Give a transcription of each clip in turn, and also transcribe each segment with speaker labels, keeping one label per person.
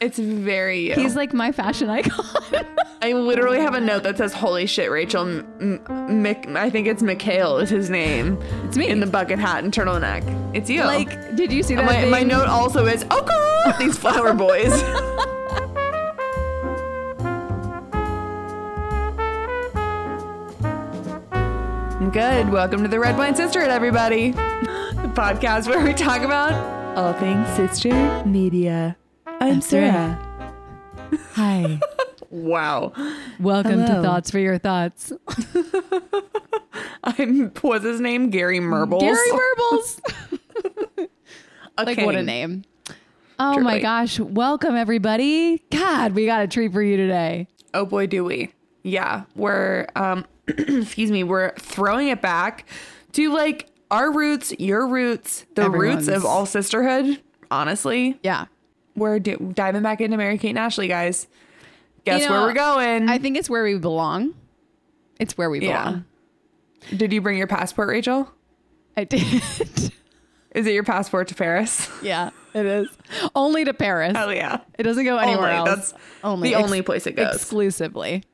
Speaker 1: It's very you.
Speaker 2: He's like my fashion icon.
Speaker 1: I literally have a note that says, "Holy shit, Rachel." M- M- Mc- I think it's McHale is his name.
Speaker 2: It's me.
Speaker 1: in the bucket hat and turtleneck. It's you.
Speaker 2: like, did you see that?
Speaker 1: my, my
Speaker 2: thing?
Speaker 1: note also is, "Oh girl, these flower boys." I'm good. Welcome to the Red Wine Sisterhood, everybody. The podcast where we talk about all things sister media. I'm Sarah.
Speaker 2: Hi.
Speaker 1: Wow.
Speaker 2: Welcome
Speaker 1: Hello.
Speaker 2: to Thoughts for Your Thoughts.
Speaker 1: I'm what's his name? Gary Merbles.
Speaker 2: Gary Burbles.
Speaker 1: A
Speaker 2: like, what a
Speaker 1: king.
Speaker 2: name. Oh my
Speaker 1: Truly.
Speaker 2: gosh. Welcome, everybody. God, we got a treat for you today.
Speaker 1: Oh boy, do we. Yeah, we're um excuse me, we're throwing it back to like our roots, your roots, the roots
Speaker 2: Everyone's.
Speaker 1: of all sisterhood, honestly.
Speaker 2: Yeah.
Speaker 1: We're di- diving back into Mary Kate and Ashley, guys. Guess
Speaker 2: You
Speaker 1: where
Speaker 2: know,
Speaker 1: we're going.
Speaker 2: I think it's where we belong. It's where we
Speaker 1: Yeah.
Speaker 2: belong.
Speaker 1: Did you bring your passport, Rachel?
Speaker 2: I did.
Speaker 1: Is it your passport to Paris?
Speaker 2: yeah, it is. Oh. Only to Paris.
Speaker 1: Hell yeah.
Speaker 2: It doesn't go anywhere
Speaker 1: Only,
Speaker 2: else.
Speaker 1: that's the only place it goes.
Speaker 2: Exclusively.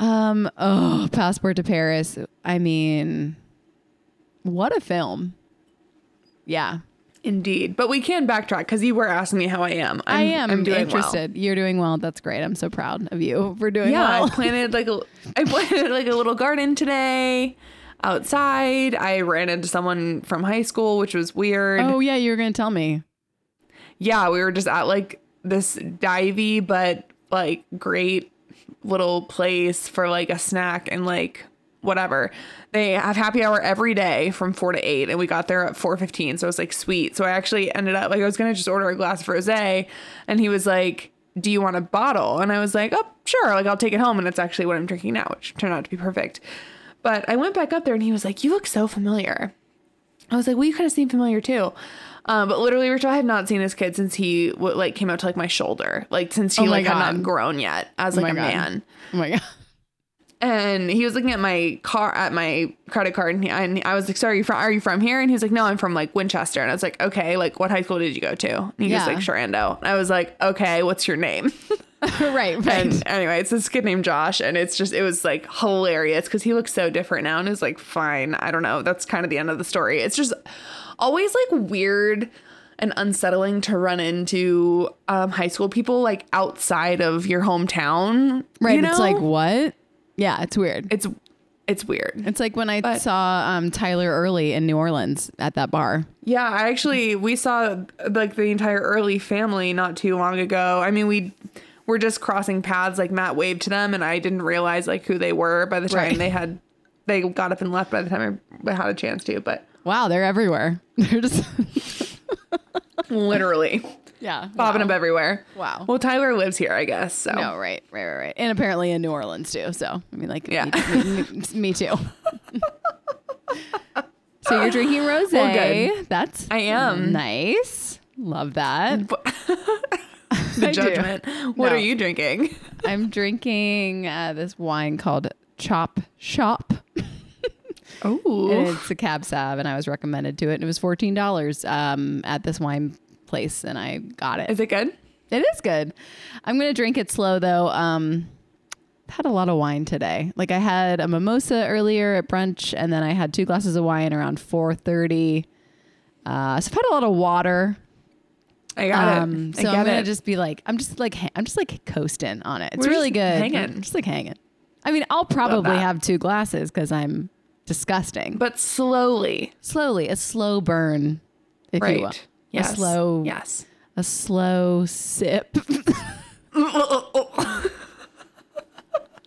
Speaker 2: Um. Oh, Passport to Paris. I mean, what a film. Yeah,
Speaker 1: Indeed. But we can backtrack because you were asking me how I am. I'm,
Speaker 2: i am
Speaker 1: I'm doing well.
Speaker 2: interested. You're doing well. That's great. I'm so proud of you for doing
Speaker 1: yeah,
Speaker 2: well.
Speaker 1: I planted like a I planted like a little garden today outside. I ran into someone from high school, which was weird.
Speaker 2: oh yeah, you were gonna tell me.
Speaker 1: Yeah, we were just at like this divey but like great little place for like a snack and like whatever. They have happy hour every day from 4 to 8 and we got there at 4:15, so it was like sweet. So I actually ended up like I was going to just order a glass of rosé and he was like do you want a bottle? And I was like, oh, sure. Like, I'll take it home. And that's actually what I'm drinking now, which turned out to be perfect. But I went back up there and he was like, you look so familiar. I was like, well, you kind of seem familiar too. Um, but literally, Rachel, I had not seen this kid since he w- like came out to like my shoulder, like since he
Speaker 2: Oh my
Speaker 1: like had
Speaker 2: God.
Speaker 1: not grown yet as
Speaker 2: Oh
Speaker 1: like
Speaker 2: my
Speaker 1: a
Speaker 2: God.
Speaker 1: man.
Speaker 2: Oh my god.
Speaker 1: And he was looking at my car, at my credit card, and, he, and I was like, "Sorry, are you from? Are you from here?" And he was like, "No, I'm from like Winchester." And I was like, "Okay, like what high school did you go to?" And he was
Speaker 2: Yeah.
Speaker 1: like, "Sharando." And I was like, "Okay, what's your name?"
Speaker 2: right. Right.
Speaker 1: And anyway, it's this kid named Josh, and it's just it was like hilarious because he looks so different now, and it's like fine, I don't know. That's kind of the end of the story. It's just always like weird and unsettling to run into um, high school people like outside of your hometown.
Speaker 2: right.
Speaker 1: you
Speaker 2: It's
Speaker 1: know?
Speaker 2: like what? Yeah. It's weird.
Speaker 1: it's it's weird.
Speaker 2: It's like when I
Speaker 1: But-
Speaker 2: saw um, Tyler Early in New Orleans at that bar.
Speaker 1: Yeah, I actually we saw like the entire early family not too long ago. I mean, we were just crossing paths. Like Matt waved to them, and I didn't realize like who they were by the time
Speaker 2: Right.
Speaker 1: they had they got up and left. By the time I had a chance to, but
Speaker 2: Wow, they're everywhere. They're just
Speaker 1: literally
Speaker 2: yeah,
Speaker 1: bobbing
Speaker 2: wow.
Speaker 1: up everywhere.
Speaker 2: Wow.
Speaker 1: Well, Tyler lives here, I guess. So
Speaker 2: No, right, right, right, right, and apparently in New Orleans too. So I mean, like,
Speaker 1: Yeah.
Speaker 2: me, me- me- me too. so you're drinking rosé.
Speaker 1: Well,
Speaker 2: That's
Speaker 1: I am.
Speaker 2: nice. Love that.
Speaker 1: the
Speaker 2: I do.
Speaker 1: judgment. What
Speaker 2: No.
Speaker 1: are you drinking?
Speaker 2: I'm drinking uh, this wine called Chop Shop. And
Speaker 1: Oh,
Speaker 2: it's a cab sav, and I was recommended to it. And it was fourteen dollars um, at this wine place, and I got it.
Speaker 1: is it good?
Speaker 2: It is good. I'm gonna drink it slow though. Um, had a lot of wine today. Like I had a mimosa earlier at brunch, and then I had two glasses of wine around 4:30. Uh, so I've had a lot of water.
Speaker 1: I got
Speaker 2: Um,
Speaker 1: it.
Speaker 2: so
Speaker 1: I
Speaker 2: I'm
Speaker 1: get
Speaker 2: gonna
Speaker 1: it.
Speaker 2: just be like, I'm just like, ha- I'm just like coasting on it. It's
Speaker 1: We're
Speaker 2: really
Speaker 1: just
Speaker 2: good.
Speaker 1: hanging.
Speaker 2: just like hanging. I mean, I'll probably
Speaker 1: that.
Speaker 2: have two glasses because I'm disgusting. But
Speaker 1: but slowly,
Speaker 2: slowly, a slow burn, if you will.
Speaker 1: right?
Speaker 2: A slow,
Speaker 1: Yes.
Speaker 2: a slow sip.
Speaker 1: I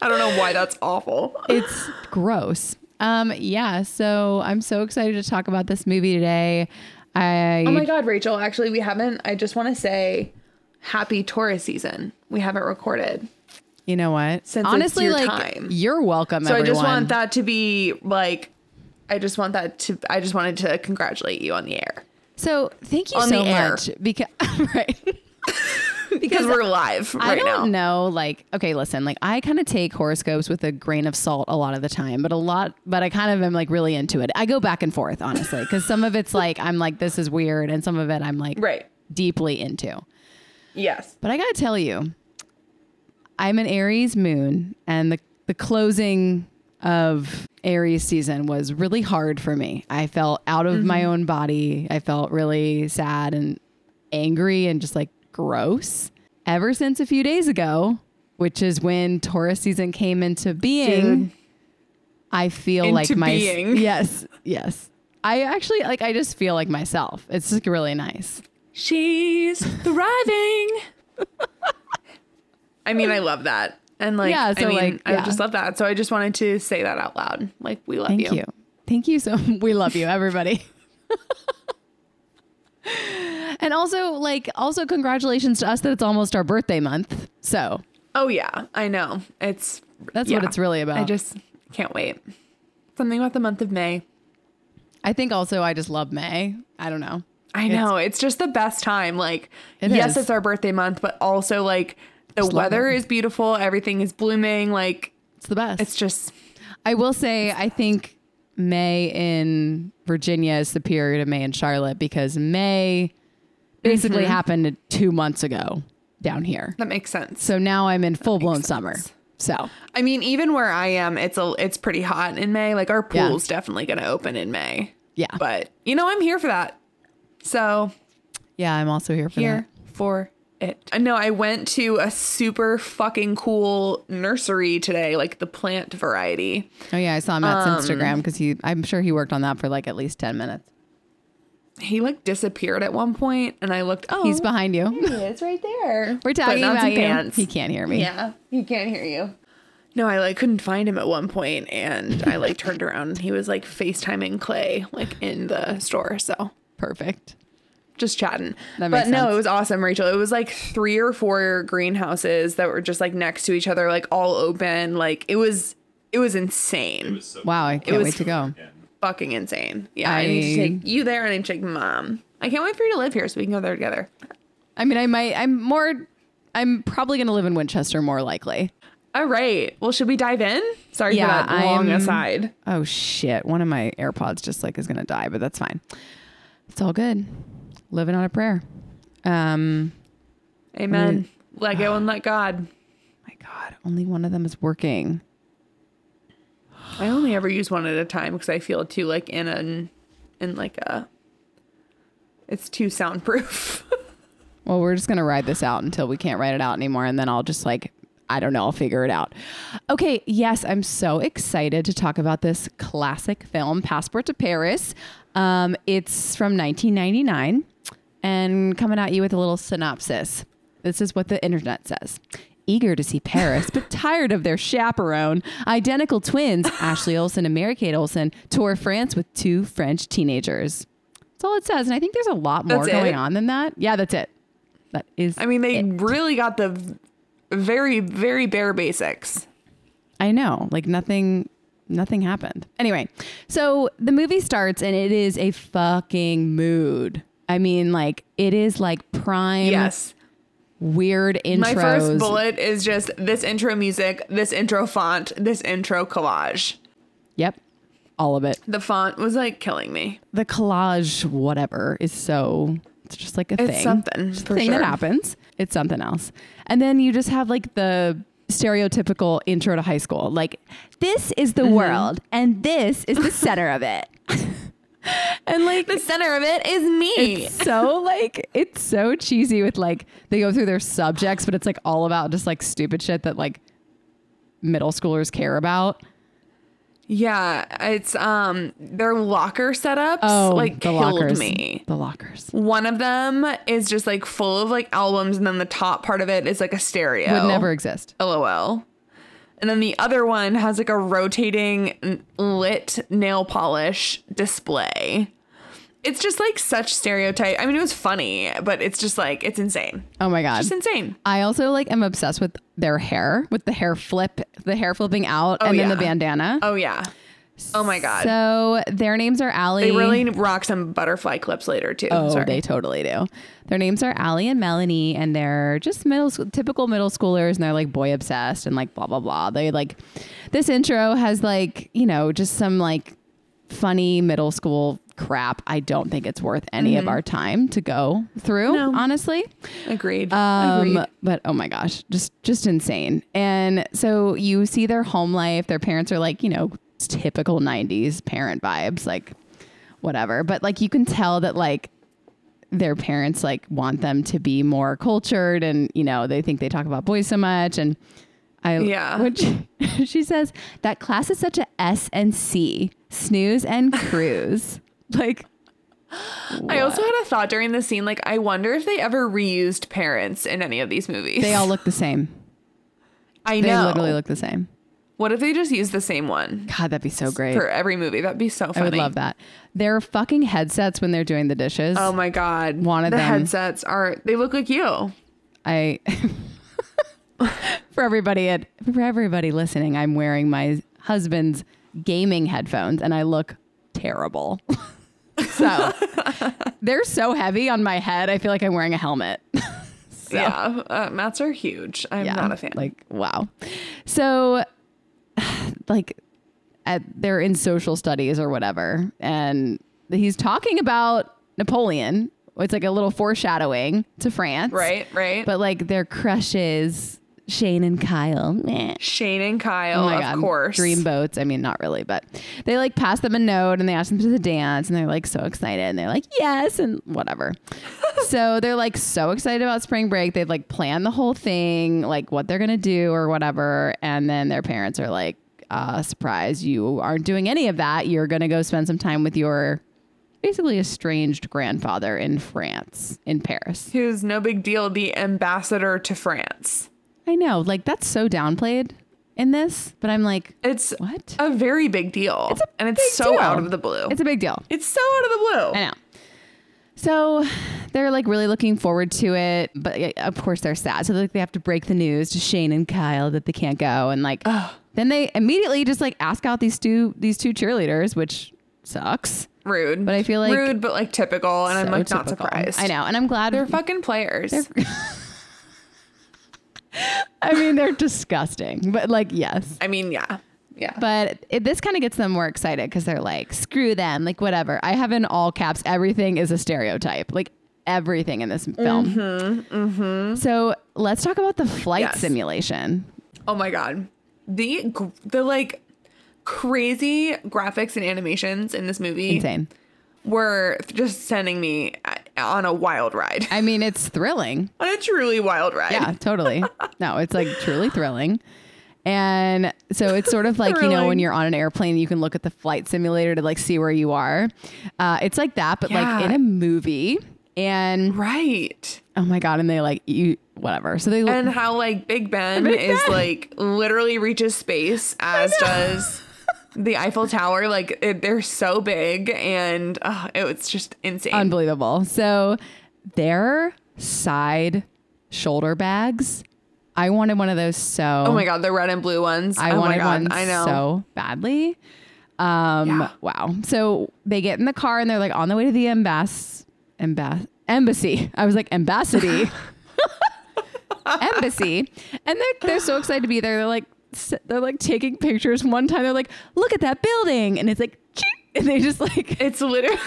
Speaker 1: don't know why that's awful.
Speaker 2: it's gross. Um, yeah, so I'm so excited to talk about this movie today. I
Speaker 1: Oh my god, Rachel, actually we haven't I just want to say happy Taurus season. We haven't recorded.
Speaker 2: you know what?
Speaker 1: Since it's
Speaker 2: Honestly,
Speaker 1: your
Speaker 2: like
Speaker 1: time.
Speaker 2: you're welcome,
Speaker 1: So
Speaker 2: everyone.
Speaker 1: I just want that to be like I just want that to I just wanted to congratulate you on the air
Speaker 2: So thank you
Speaker 1: On
Speaker 2: so
Speaker 1: the air.
Speaker 2: much because right.
Speaker 1: because we're live
Speaker 2: I
Speaker 1: right now.
Speaker 2: don't know. Like, okay, listen, like I kind of take horoscopes with a grain of salt a lot of the time, but a lot, but I kind of am like really into it. I go back and forth, honestly, because some of it's like, I'm like, this is weird. And some of it I'm like
Speaker 1: Right.
Speaker 2: deeply into.
Speaker 1: Yes.
Speaker 2: But I gotta tell you, I'm an Aries moon, and the the closing of Aries season was really hard for me. I felt out of my
Speaker 1: Mm-hmm.
Speaker 2: own body. I felt really sad and angry and just like gross. Ever since a few days ago, which is when Taurus season came into being,
Speaker 1: Dude.
Speaker 2: I feel
Speaker 1: Into
Speaker 2: like my
Speaker 1: being.
Speaker 2: yes, yes. I actually like I just feel like myself. It's just really nice.
Speaker 1: She's thriving. I mean, I love that. And like,
Speaker 2: Yeah, so,
Speaker 1: I mean,
Speaker 2: like,
Speaker 1: I
Speaker 2: yeah.
Speaker 1: just love that. So I just wanted to say that out loud. Like, we love
Speaker 2: Thank you. Thank you so we love you everybody. and also like also congratulations to us that it's almost our birthday month. So,
Speaker 1: Oh yeah, I know. It's
Speaker 2: That's what it's really about.
Speaker 1: I just can't wait. Something about the month of May.
Speaker 2: I think also I just love May. I don't know.
Speaker 1: I know. It's just the best time. Like
Speaker 2: It
Speaker 1: yes,
Speaker 2: is.
Speaker 1: it's our birthday month, but also like the
Speaker 2: Just love
Speaker 1: weather
Speaker 2: it.
Speaker 1: is beautiful, everything is blooming, like
Speaker 2: It's the best.
Speaker 1: it's just
Speaker 2: I will say I think May in Virginia is superior to May in Charlotte because May basically
Speaker 1: Mm-hmm.
Speaker 2: happened 2 months ago down here.
Speaker 1: that makes sense.
Speaker 2: So now I'm in full-blown summer. So,
Speaker 1: I mean, even where I am, it's a it's pretty hot in May. Like our
Speaker 2: Yeah.
Speaker 1: pool's definitely going to open in May.
Speaker 2: yeah.
Speaker 1: But, you know, I'm here for that. So,
Speaker 2: yeah, I'm also here for
Speaker 1: here for it. Uh, No, I went to a super fucking cool nursery today, like the plant variety.
Speaker 2: that. Oh yeah, I saw Matt's
Speaker 1: Um,
Speaker 2: Instagram cuz he I'm sure he worked on that for like at least 10 minutes.
Speaker 1: He like disappeared at one point, and I looked. Oh,
Speaker 2: He's behind you.
Speaker 1: He is right there.
Speaker 2: We're talking
Speaker 1: Putting on
Speaker 2: about
Speaker 1: some
Speaker 2: you.
Speaker 1: Pants.
Speaker 2: He can't hear me.
Speaker 1: Yeah, he can't hear you. No, I like couldn't find him at one point, and I like turned around. and He was like FaceTiming Clay, like in the store. So
Speaker 2: Perfect.
Speaker 1: just chatting.
Speaker 2: That
Speaker 1: but
Speaker 2: makes
Speaker 1: no,
Speaker 2: sense.
Speaker 1: it was awesome, Rachel. It was like three or four greenhouses that were just like next to each other, like all open. Like it was, it was insane,
Speaker 2: Wow, I can't
Speaker 1: was-
Speaker 2: wait to go.
Speaker 1: fucking insane. Yeah, I, need to
Speaker 2: I-
Speaker 1: take you there, and I need to take mom. I can't wait for you to live here so we can go there together.
Speaker 2: I mean, I might I'm more I'm probably going to live in Winchester more likely.
Speaker 1: All right. Well, should we dive in? Sorry
Speaker 2: Yeah,
Speaker 1: for that long
Speaker 2: I'm-
Speaker 1: aside.
Speaker 2: Oh shit, one of my AirPods just like is going to die, but that's fine. It's all good. Living on a prayer. Um
Speaker 1: Amen.
Speaker 2: Mm.
Speaker 1: Let go and let God.
Speaker 2: my god, only one of them is working.
Speaker 1: I only ever use one at a time because I feel too like in an in like a. It's too soundproof.
Speaker 2: Well, we're just going to ride this out until we can't ride it out anymore. And then I'll just like, I don't know, I'll figure it out. Okay. Yes, I'm so excited to talk about this classic film, Passport to Paris. Um, it's from 1999 and coming at you with a little synopsis. This is what the internet says. Eager to see Paris, but tired of their chaperone. Identical twins, Ashley Olsen and Mary Kate Olsen, tour France with two French teenagers. That's all it says. And I think there's a lot more
Speaker 1: That's it?
Speaker 2: going on than that. Yeah, that's it. That is.
Speaker 1: I mean, they really got the v- very, very bare basics.
Speaker 2: I know, like nothing, nothing happened. Anyway, so the movie starts and it is a fucking mood. I mean, like it is like prime
Speaker 1: Yes.
Speaker 2: weird intros.
Speaker 1: My first bullet is just this intro music, this intro font, this intro collage.
Speaker 2: Yep, all of it.
Speaker 1: The font was like killing me.
Speaker 2: The collage, whatever, is so. It's just like a
Speaker 1: It's
Speaker 2: thing.
Speaker 1: something
Speaker 2: Just a
Speaker 1: for
Speaker 2: thing
Speaker 1: sure.
Speaker 2: that happens. It's something else. And then you just have like the stereotypical intro to high school. Like this is
Speaker 1: Mm-hmm.
Speaker 2: the world, and this is the center of it. and like
Speaker 1: The center of it is me.
Speaker 2: so like it's so cheesy with like they go through their subjects but it's like all about just like stupid shit that like middle schoolers care about
Speaker 1: Yeah, it's um their locker setups like
Speaker 2: Oh, the
Speaker 1: killed
Speaker 2: lockers
Speaker 1: me.
Speaker 2: the lockers
Speaker 1: One of them is just like full of like albums, and then the top part of it is like a stereo.
Speaker 2: would never exist
Speaker 1: LOL. And then the other one has like a rotating n- lit nail polish display. It's just like such stereotype. I mean, it was funny, but it's just like it's insane.
Speaker 2: oh my god
Speaker 1: It's insane.
Speaker 2: I also like am obsessed with their hair with the hair flip the hair flipping out and then the
Speaker 1: yeah.
Speaker 2: bandana
Speaker 1: Oh yeah. Oh my god.
Speaker 2: so their names are Allie
Speaker 1: they really rock some butterfly clips later too.
Speaker 2: Oh,
Speaker 1: Sorry.
Speaker 2: they totally do. Their names are Allie and Melanie, and they're just middle school, typical middle schoolers, and they're like boy obsessed and like blah blah blah. They like this intro has like you know just some like funny middle school crap, I don't think it's worth any of our time to go through,
Speaker 1: Mm-hmm. No.
Speaker 2: honestly.
Speaker 1: Agreed.
Speaker 2: Um,
Speaker 1: Agreed.
Speaker 2: but oh my gosh, just just insane. And so you see their home life. Their parents are like, you know, typical '90s parent vibes, like whatever. But like you can tell that like their parents like want them to be more cultured, and you know they think they talk about boys so much. And I
Speaker 1: Yeah.
Speaker 2: which she says that class is such a S and C snooze and cruise. like
Speaker 1: I also had a thought during the scene. Like, I wonder if they ever reused parents in any of these movies.
Speaker 2: they all look the same.
Speaker 1: I
Speaker 2: They
Speaker 1: know.
Speaker 2: literally look the same.
Speaker 1: What if they just used the same one
Speaker 2: God, that'd be so great.
Speaker 1: for every movie? That'd be so funny.
Speaker 2: I would love that. Their fucking headsets when they're doing the dishes.
Speaker 1: Oh my god.
Speaker 2: One of
Speaker 1: the
Speaker 2: them.
Speaker 1: headsets are they look like you.
Speaker 2: I for everybody at for everybody listening, I'm wearing my husband's gaming headphones and I look terrible. so they're so heavy on my head. I feel like I'm wearing a helmet. So-
Speaker 1: Yeah. Uh, mats are huge. I'm not a fan.
Speaker 2: Like, wow. So, like, at, they're in social studies or whatever, and he's talking about Napoleon. It's like a little foreshadowing to France,
Speaker 1: right, right.
Speaker 2: But like their crushes, Shane and Kyle. meh.
Speaker 1: Shane and Kyle, of course.
Speaker 2: Oh Dream boats. I mean, not really, but they like pass them a note and they ask them to the dance and they're like so excited and they're like, yes, and whatever. so they're like so excited about spring break. They've like planned the whole thing, like what they're going to do or whatever. And then their parents are like, uh, surprise, you aren't doing any of that. You're going to go spend some time with your basically estranged grandfather in France, in Paris.
Speaker 1: Who's no big deal, the ambassador to France.
Speaker 2: I know, like that's so downplayed in this, but I'm like,
Speaker 1: It's
Speaker 2: what?
Speaker 1: a very big deal.
Speaker 2: a
Speaker 1: and
Speaker 2: big
Speaker 1: it's so
Speaker 2: deal.
Speaker 1: out of the blue.
Speaker 2: It's
Speaker 1: It's,
Speaker 2: a big
Speaker 1: so
Speaker 2: deal.
Speaker 1: out of the blue.
Speaker 2: I know. So they're like really looking forward to it, but uh, of course they're sad. So like they have to break the news to Shane and Kyle that they can't go, and like then they immediately just like ask out these two these two cheerleaders, which sucks.
Speaker 1: Rude.
Speaker 2: But I feel like-
Speaker 1: rude but like typical and
Speaker 2: So
Speaker 1: I'm like not
Speaker 2: typical.
Speaker 1: surprised.
Speaker 2: I know, and I'm glad
Speaker 1: They're fucking players.
Speaker 2: I mean, they're disgusting, but like yes.
Speaker 1: I mean, yeah. Yeah.
Speaker 2: But it, this kind of gets them more excited because they're like, screw them, like whatever. I have in all caps, everything is a stereotype, like everything in this film. So let's talk about the flight
Speaker 1: Mm-hmm, Yes.
Speaker 2: simulation.
Speaker 1: Oh my god. The gr- the like crazy graphics and animations in this movie
Speaker 2: Insane.
Speaker 1: were just sending me a- on a wild ride.
Speaker 2: I mean, it's thrilling.
Speaker 1: on a truly wild ride.
Speaker 2: Yeah, totally. No, it's like truly thrilling. And so it's sort of like, you know, when
Speaker 1: Thrilling.
Speaker 2: you're on an airplane, you can look at the flight simulator to like see where you are. Uh, it's like that, but
Speaker 1: Yeah.
Speaker 2: like in a movie. And
Speaker 1: Right.
Speaker 2: oh my God, and they like, you, whatever. So they look.
Speaker 1: And how like Big Ben
Speaker 2: Big
Speaker 1: is
Speaker 2: Ben.
Speaker 1: like literally reaches space as does the Eiffel Tower. Like it, they're so big and oh, it, it's just insane.
Speaker 2: Unbelievable. So their side shoulder bags. I wanted one of those so
Speaker 1: oh my god, the red and blue ones.
Speaker 2: I
Speaker 1: oh
Speaker 2: wanted
Speaker 1: my god,
Speaker 2: one
Speaker 1: I know.
Speaker 2: so badly. Um
Speaker 1: Yeah.
Speaker 2: wow. So they get in the car and they're like on the way to the embass embass embassy. I was like embassy. embassy. And they're they're so excited to be there. They're like s- they're like taking pictures one time. They're like, look at that building. And it's like "Ching," and they just like
Speaker 1: It's literally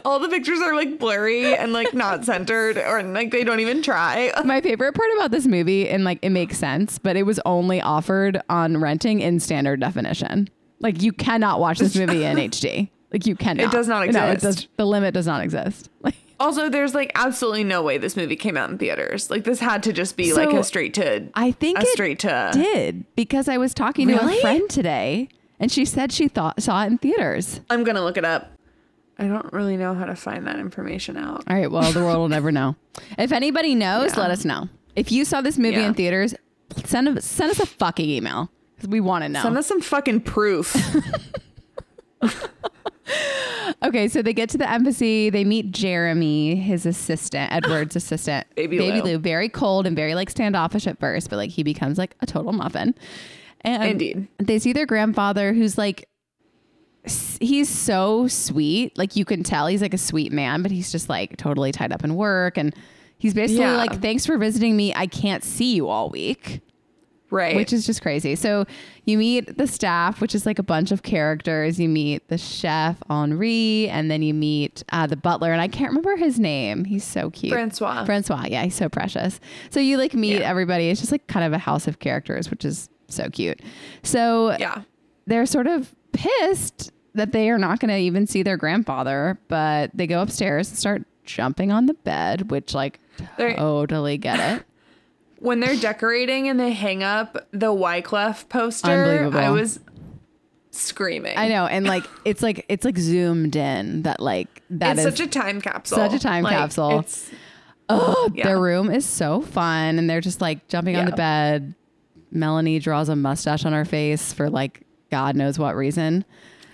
Speaker 1: all the pictures are like blurry and like not centered or like they don't even try.
Speaker 2: My favorite part about this movie, and like it makes sense, but it was only offered on renting in standard definition. Like you cannot watch this movie in HD. Like you cannot.
Speaker 1: It does not
Speaker 2: No, it
Speaker 1: exist.
Speaker 2: does, the limit does not exist. Like,
Speaker 1: Also, there's like absolutely no way this movie came out in theaters. Like this had to just be like
Speaker 2: So,
Speaker 1: a straight to
Speaker 2: I think
Speaker 1: a
Speaker 2: it
Speaker 1: straight to
Speaker 2: did because I was talking to
Speaker 1: Really?
Speaker 2: a friend today, and she said she thought saw it in theaters.
Speaker 1: I'm gonna look it up. I don't really know how to find that information out.
Speaker 2: All right. Well, the world will never know. If anybody knows,
Speaker 1: Yeah.
Speaker 2: let us know. If you saw this movie
Speaker 1: Yeah.
Speaker 2: in theaters, send us send us a fucking email because we want to know.
Speaker 1: Send us some fucking proof.
Speaker 2: Okay, so they get to the embassy. They meet Jeremy, his assistant, Edward's assistant,
Speaker 1: Baby Lou.
Speaker 2: Very cold and very like standoffish at first, but like he becomes like a total muffin. And
Speaker 1: Indeed.
Speaker 2: they see their grandfather, who's like, s- he's so sweet. Like you can tell he's like a sweet man, but he's just like totally tied up in work. And he's basically
Speaker 1: Yeah.
Speaker 2: like, "Thanks for visiting me. I can't see you all week."
Speaker 1: Right.
Speaker 2: which is just crazy. So you meet the staff, which is like a bunch of characters. You meet the chef Henri, and then you meet uh, the butler, and I can't remember his name. He's so cute,
Speaker 1: Francois.
Speaker 2: Francois, yeah, he's so precious. So you like meet everybody. It's just like kind of a house of characters, which is so cute. So
Speaker 1: yeah.
Speaker 2: they're sort of pissed that they are not going to even see their grandfather, but they go upstairs and start jumping on the bed, which like
Speaker 1: They're-
Speaker 2: totally get it.
Speaker 1: When they're decorating and they hang up the Wyclef poster,
Speaker 2: Unbelievable.
Speaker 1: I was screaming.
Speaker 2: I know, and like it's like it's like zoomed in that like that
Speaker 1: it's
Speaker 2: is
Speaker 1: such a time capsule.
Speaker 2: such a time capsule.
Speaker 1: It's
Speaker 2: oh,
Speaker 1: yeah.
Speaker 2: their room is so fun, and they're just like jumping on the
Speaker 1: Yeah.
Speaker 2: bed. Melanie draws a mustache on her face for like God knows what reason.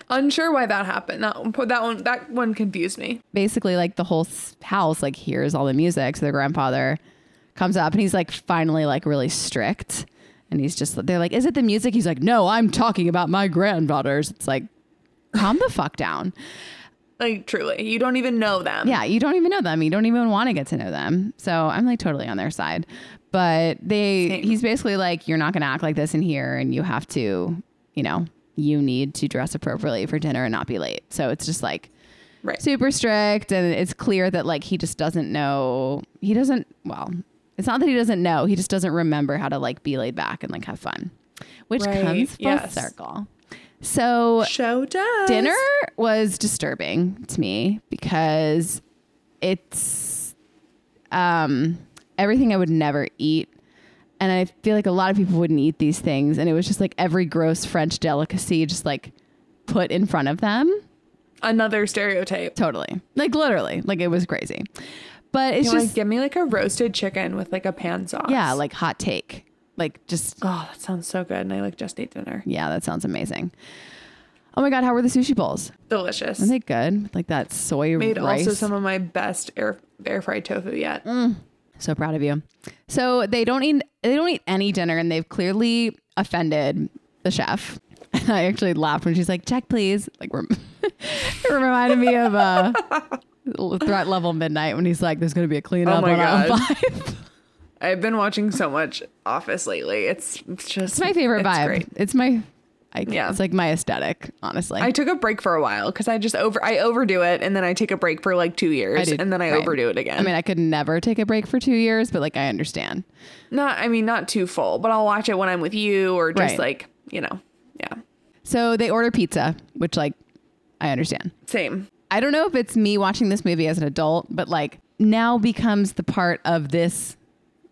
Speaker 1: unsure why that happened. That one, that one, that one confused me.
Speaker 2: basically like the whole s- house like hears all the music. So their grandfather comes up and he's like finally like really strict. And he's just they're like, Is it the music? He's like, No, I'm talking about my granddaughters. It's like, calm the fuck down.
Speaker 1: Like truly, you don't even know them.
Speaker 2: Yeah, you don't even know them. You don't even want to get to know them. So I'm like totally on their side. But they
Speaker 1: Same.
Speaker 2: he's basically like, You're not gonna act like this in here and you have to, you know, you need to dress appropriately for dinner and not be late. So it's just like
Speaker 1: Right.
Speaker 2: super strict and it's clear that like he just doesn't know he doesn't well it's not that he doesn't know he just doesn't remember how to like be laid back and like have fun which
Speaker 1: Right,
Speaker 2: comes full
Speaker 1: yes.
Speaker 2: circle so
Speaker 1: Show does
Speaker 2: dinner was disturbing to me because it's um everything i would never eat and i feel like a lot of people wouldn't eat these things and it was just like every gross french delicacy just like put in front of them
Speaker 1: Another stereotype.
Speaker 2: Totally. Like literally. Like it was crazy. But it's
Speaker 1: You know, like,
Speaker 2: just
Speaker 1: give me like a roasted chicken with like a pan sauce.
Speaker 2: yeah, like hot take. Like just
Speaker 1: oh, that sounds so good. And I like just ate dinner.
Speaker 2: yeah, that sounds amazing. Oh my god, how were the sushi bowls?
Speaker 1: Delicious.
Speaker 2: Are they good? With, Like that soy
Speaker 1: made
Speaker 2: rice. Mm.
Speaker 1: also some of my best air air fried tofu yet.
Speaker 2: so proud of you. So they don't eat they don't eat any dinner and they've clearly offended the chef. And I actually laughed when she's like, check please. Like rem- it reminded me of uh threat level midnight when he's like, There's gonna be a cleanup
Speaker 1: Oh my
Speaker 2: on aisle
Speaker 1: God.
Speaker 2: five.
Speaker 1: I've been watching so much Office lately. It's it's just
Speaker 2: It's my favorite vibe.
Speaker 1: great.
Speaker 2: It's my, I,
Speaker 1: Yeah.
Speaker 2: it's like my aesthetic, honestly.
Speaker 1: I took a break for a while because I just over I overdo it and then I take a break for like two years
Speaker 2: did-
Speaker 1: and then I
Speaker 2: right.
Speaker 1: overdo it again.
Speaker 2: I mean, I could never take a break for two years, but like I understand.
Speaker 1: not I mean not too full, but I'll watch it when I'm with you or just
Speaker 2: Right.
Speaker 1: like you know yeah
Speaker 2: So they order pizza, which like I understand.
Speaker 1: same
Speaker 2: I don't know if it's me watching this movie as an adult, but like now becomes the part of this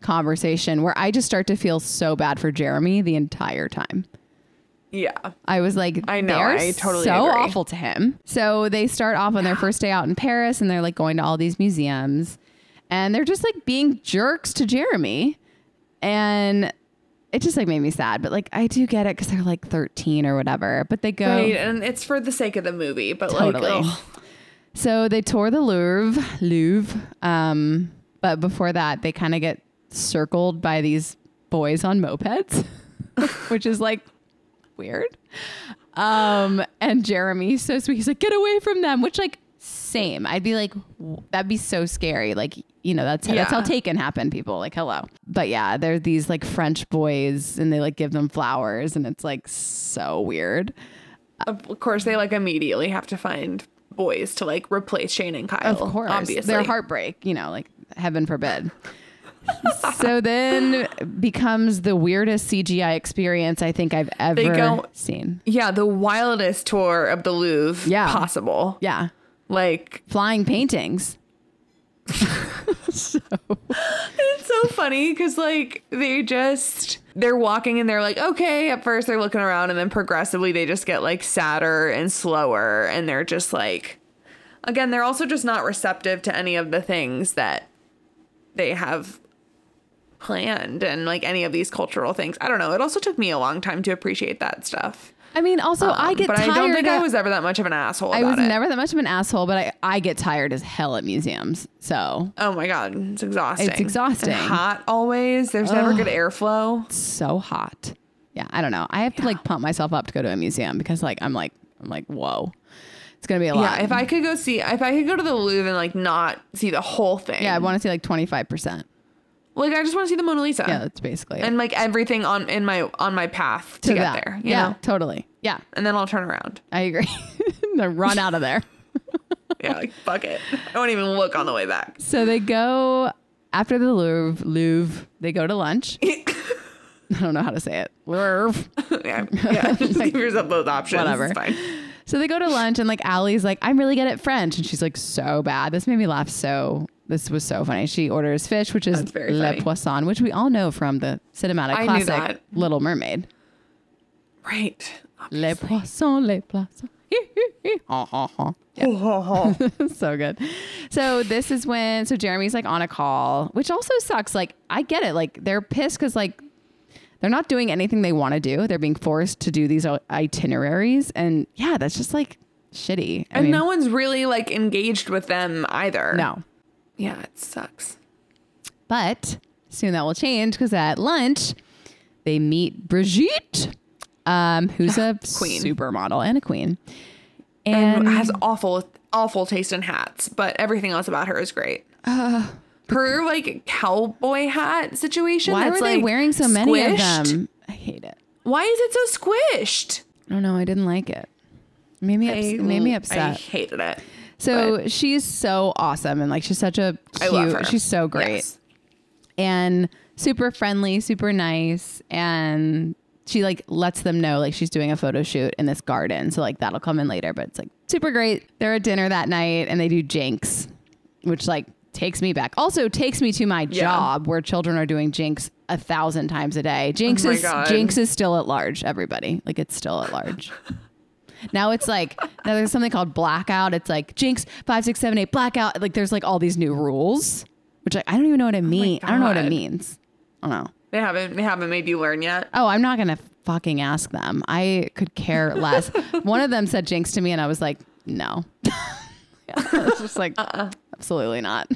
Speaker 2: conversation where I just start to feel so bad for Jeremy the entire time.
Speaker 1: yeah
Speaker 2: I was like,
Speaker 1: I know,
Speaker 2: They're
Speaker 1: I totally
Speaker 2: so
Speaker 1: agree.
Speaker 2: awful to him. So they start off on their first day out in Paris, and they're like going to all these museums, and they're just like being jerks to Jeremy, and it just like made me sad. But like I do get it because they're like thirteen or whatever. But they go.
Speaker 1: right and it's for the sake of the movie, but
Speaker 2: Totally.
Speaker 1: like ugh.
Speaker 2: So they tour the Louvre, Louvre. Um, but before that, they kind of get circled by these boys on mopeds, which is like weird. Um, and Jeremy's so sweet. He's like, "Get away from them!" Which, like, same. I'd be like, w- "That'd be so scary." Like, you know, that's that's how
Speaker 1: Yeah.
Speaker 2: Taken happened. People like, hello. But yeah, they're these like French boys, and they like give them flowers, and it's like so weird.
Speaker 1: of course they like immediately have to find boys to like replace Shane and Kyle.
Speaker 2: Of course.
Speaker 1: obviously
Speaker 2: Their heartbreak, you know, like heaven forbid. so then becomes the weirdest CGI experience I think I've ever
Speaker 1: go-
Speaker 2: seen.
Speaker 1: yeah the wildest tour of the Louvre
Speaker 2: Yeah.
Speaker 1: possible
Speaker 2: Yeah.
Speaker 1: like
Speaker 2: Flying paintings.
Speaker 1: It's so funny because like they just they're walking and they're like okay at first they're looking around and then progressively they just get like sadder and slower and they're just like again they're also just not receptive to any of the things that they have planned and like any of these cultural things i don't know it also took me a long time to appreciate that stuff
Speaker 2: I mean, also I
Speaker 1: Um,
Speaker 2: get
Speaker 1: but
Speaker 2: tired.
Speaker 1: i don't think i
Speaker 2: of-
Speaker 1: was ever that much of an asshole
Speaker 2: I
Speaker 1: about
Speaker 2: was
Speaker 1: it.
Speaker 2: never that much of an asshole, but I, I get tired as hell at museums. So
Speaker 1: oh my god it's exhausting
Speaker 2: It's exhausting.
Speaker 1: And hot always there's never good airflow
Speaker 2: it's so hot. Yeah, I don't know. I have to like pump myself up to go to a museum because like I'm like I'm like, whoa. It's gonna be a lot.
Speaker 1: Yeah, if I could go see, if I could go to the Louvre and like not see the whole thing,
Speaker 2: yeah, I want to see like twenty five percent.
Speaker 1: Like I just want to see the Mona Lisa
Speaker 2: Yeah, that's basically it.
Speaker 1: Uh, and like everything on in my on my path to,
Speaker 2: To
Speaker 1: get
Speaker 2: that.
Speaker 1: there. You
Speaker 2: Yeah,
Speaker 1: know?
Speaker 2: totally. Yeah,
Speaker 1: And then I'll turn around.
Speaker 2: I agree. then run out of there.
Speaker 1: Yeah, like fuck it. I won't even look on the way back.
Speaker 2: So they go after the Louvre. Louvre. They go to lunch. I don't know how to say it. Louvre.
Speaker 1: yeah, yeah. Just give yourself both options.
Speaker 2: Whatever.
Speaker 1: It's fine.
Speaker 2: So they go to lunch, and like Allie's like, I'm really good at French. And she's like, so bad. This made me laugh so. This was so funny. She orders fish, which is
Speaker 1: That's very
Speaker 2: Le
Speaker 1: funny.
Speaker 2: Poisson, which we all know from the cinematic
Speaker 1: I knew
Speaker 2: classic
Speaker 1: that.
Speaker 2: Little Mermaid.
Speaker 1: Right.
Speaker 2: Le Poisson, Le Poisson. Ha, ha, ha. so good. So this is when so Jeremy's like on a call, which also sucks. Like I get it. Like they're pissed because like they're not doing anything they want to do. They're being forced to do these itineraries, and yeah, that's just like shitty. I
Speaker 1: and
Speaker 2: mean,
Speaker 1: no one's really like engaged with them either.
Speaker 2: no.
Speaker 1: Yeah, it sucks.
Speaker 2: But soon that will change because at lunch they meet Brigitte, um, who's a
Speaker 1: Ah, Queen.
Speaker 2: supermodel and a queen,
Speaker 1: And
Speaker 2: and
Speaker 1: has awful awful taste in hats, but everything else about her is great.
Speaker 2: Uh,
Speaker 1: her like cowboy hat situation.
Speaker 2: why were
Speaker 1: that's,
Speaker 2: they
Speaker 1: like,
Speaker 2: wearing so many
Speaker 1: squished.
Speaker 2: of them? I hate it.
Speaker 1: Why is it so squished?
Speaker 2: I don't know. I didn't like it. It Made me, ups-
Speaker 1: I-
Speaker 2: it made me
Speaker 1: I
Speaker 2: upset.
Speaker 1: hated it.
Speaker 2: so she's so awesome and like she's such a
Speaker 1: I
Speaker 2: cute.
Speaker 1: love her.
Speaker 2: She's so great
Speaker 1: Yes.
Speaker 2: and super friendly, super nice. And she like lets them know like she's doing a photo shoot in this garden. So like that'll come in later, but it's like super great. They're at dinner that night and they do jinx, which like takes me back. Also takes me to my job where children are doing jinx a thousand times a day. Jinx
Speaker 1: Oh my
Speaker 2: is
Speaker 1: God.
Speaker 2: jinx is still at large, everybody. Like it's still at large. Now it's like now there's something called blackout. It's like jinx five six seven eight blackout. Like there's like all these new rules, which like, I don't even know what it means. I don't know what it
Speaker 1: Oh God.
Speaker 2: means. I don't know.
Speaker 1: They haven't they haven't made you learn yet.
Speaker 2: Oh, I'm not gonna fucking ask them. I could care less. One of them said jinx to me, and I was like, no. yeah, I was just like,
Speaker 1: Uh-uh.
Speaker 2: absolutely not.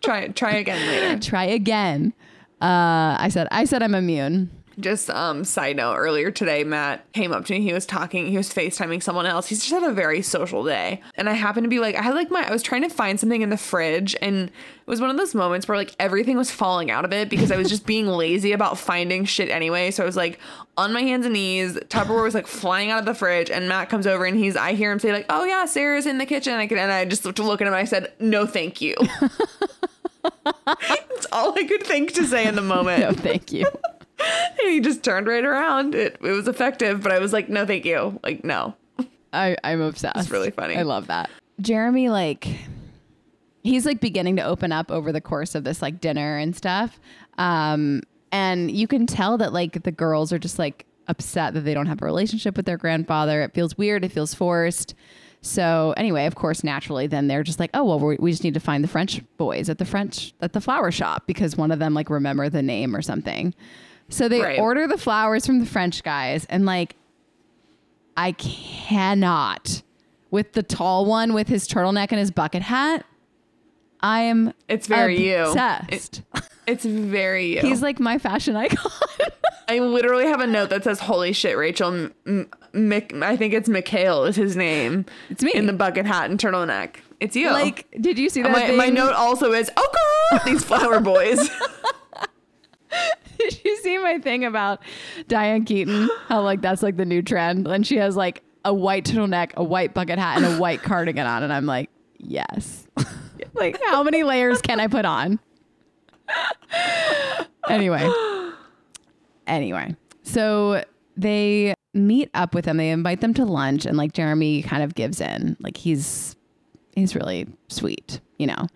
Speaker 1: Try try again later.
Speaker 2: Try again. Uh, I said I said I'm immune.
Speaker 1: Just um side note earlier today Matt came up to me. He was talking, he was FaceTiming someone else. He's just had a very social day. And I happened to be like I had like my I was trying to find something in the fridge and it was one of those moments where like everything was falling out of it because I was just being lazy about finding shit anyway. So I was like on my hands and knees. Tupperware was like flying out of the fridge and Matt comes over and he's I hear him say like, "Oh yeah, Sarah's in the kitchen." I could, and I just looked look at him and I said, "No, thank you." That's all I could think to say in the moment.
Speaker 2: No, thank you.
Speaker 1: And he just turned right around. It, it was effective, but I was like, no, thank you. Like, no.
Speaker 2: I, I'm obsessed. It's
Speaker 1: really funny.
Speaker 2: I love that. Jeremy, like, he's like beginning to open up over the course of this like dinner and stuff. Um, and you can tell that like the girls are just like upset that they don't have a relationship with their grandfather. It feels weird. It feels forced. So anyway, of course, naturally, then they're just like, oh well, we we just need to find the French boys at the French at the flower shop because one of them like remember the name or something. So they
Speaker 1: Right.
Speaker 2: order the flowers from the French guys, and like I cannot with the tall one with his turtleneck and his bucket hat. I am
Speaker 1: It's very you. It- Oh.
Speaker 2: obsessed.
Speaker 1: it's very you.
Speaker 2: He's like my fashion icon.
Speaker 1: I literally have a note that says, holy shit, Rachel. M- M- Mick, I think it's Mikhail is his name.
Speaker 2: It's me.
Speaker 1: In the bucket hat and turtleneck. It's you.
Speaker 2: like, did you see that?
Speaker 1: Uh, my,
Speaker 2: thing?
Speaker 1: my note also is, oh, God, these flower boys.
Speaker 2: Did you see my thing about Diane Keaton? How like that's like the new trend, and she has like a white turtleneck, a white bucket hat, and a white cardigan on, and I'm like, yes. like, how many layers can I put on? anyway, anyway, so they meet up with them. They invite them to lunch, and like Jeremy kind of gives in. Like he's he's really sweet, you know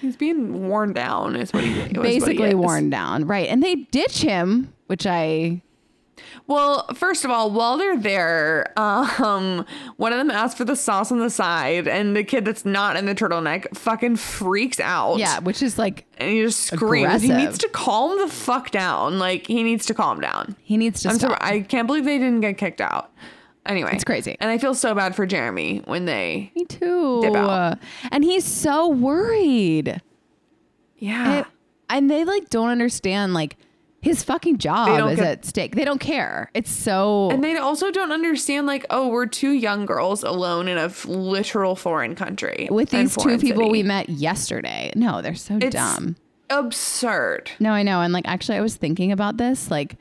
Speaker 1: He's being worn down, is what he is what he
Speaker 2: basically
Speaker 1: is.
Speaker 2: worn down, right? And they ditch him, which I
Speaker 1: Well, first of all, while they're there, um, one of them asks for the sauce on the side, and the kid that's not in the turtleneck fucking freaks out.
Speaker 2: yeah, which is like
Speaker 1: And he just screams. He
Speaker 2: Aggressive.
Speaker 1: needs to calm the fuck down. Like, he needs to calm down.
Speaker 2: he needs to
Speaker 1: I'm
Speaker 2: stop.
Speaker 1: sorry. I can't believe they didn't get kicked out. Anyway. It's
Speaker 2: crazy.
Speaker 1: And I feel so bad for Jeremy when they.
Speaker 2: Me too.
Speaker 1: Dip out.
Speaker 2: And he's so worried,
Speaker 1: Yeah.
Speaker 2: It- and they like don't understand like his fucking job
Speaker 1: don't
Speaker 2: is
Speaker 1: get-
Speaker 2: at stake. They don't care. It's so
Speaker 1: and they also don't understand, like, oh, we're two young girls alone in a f- literal foreign country.
Speaker 2: with
Speaker 1: and
Speaker 2: these two
Speaker 1: foreign
Speaker 2: people
Speaker 1: city.
Speaker 2: we met yesterday. No, they're so
Speaker 1: It's-
Speaker 2: dumb.
Speaker 1: absurd.
Speaker 2: No, I know. And like, actually, I was thinking about this. Like,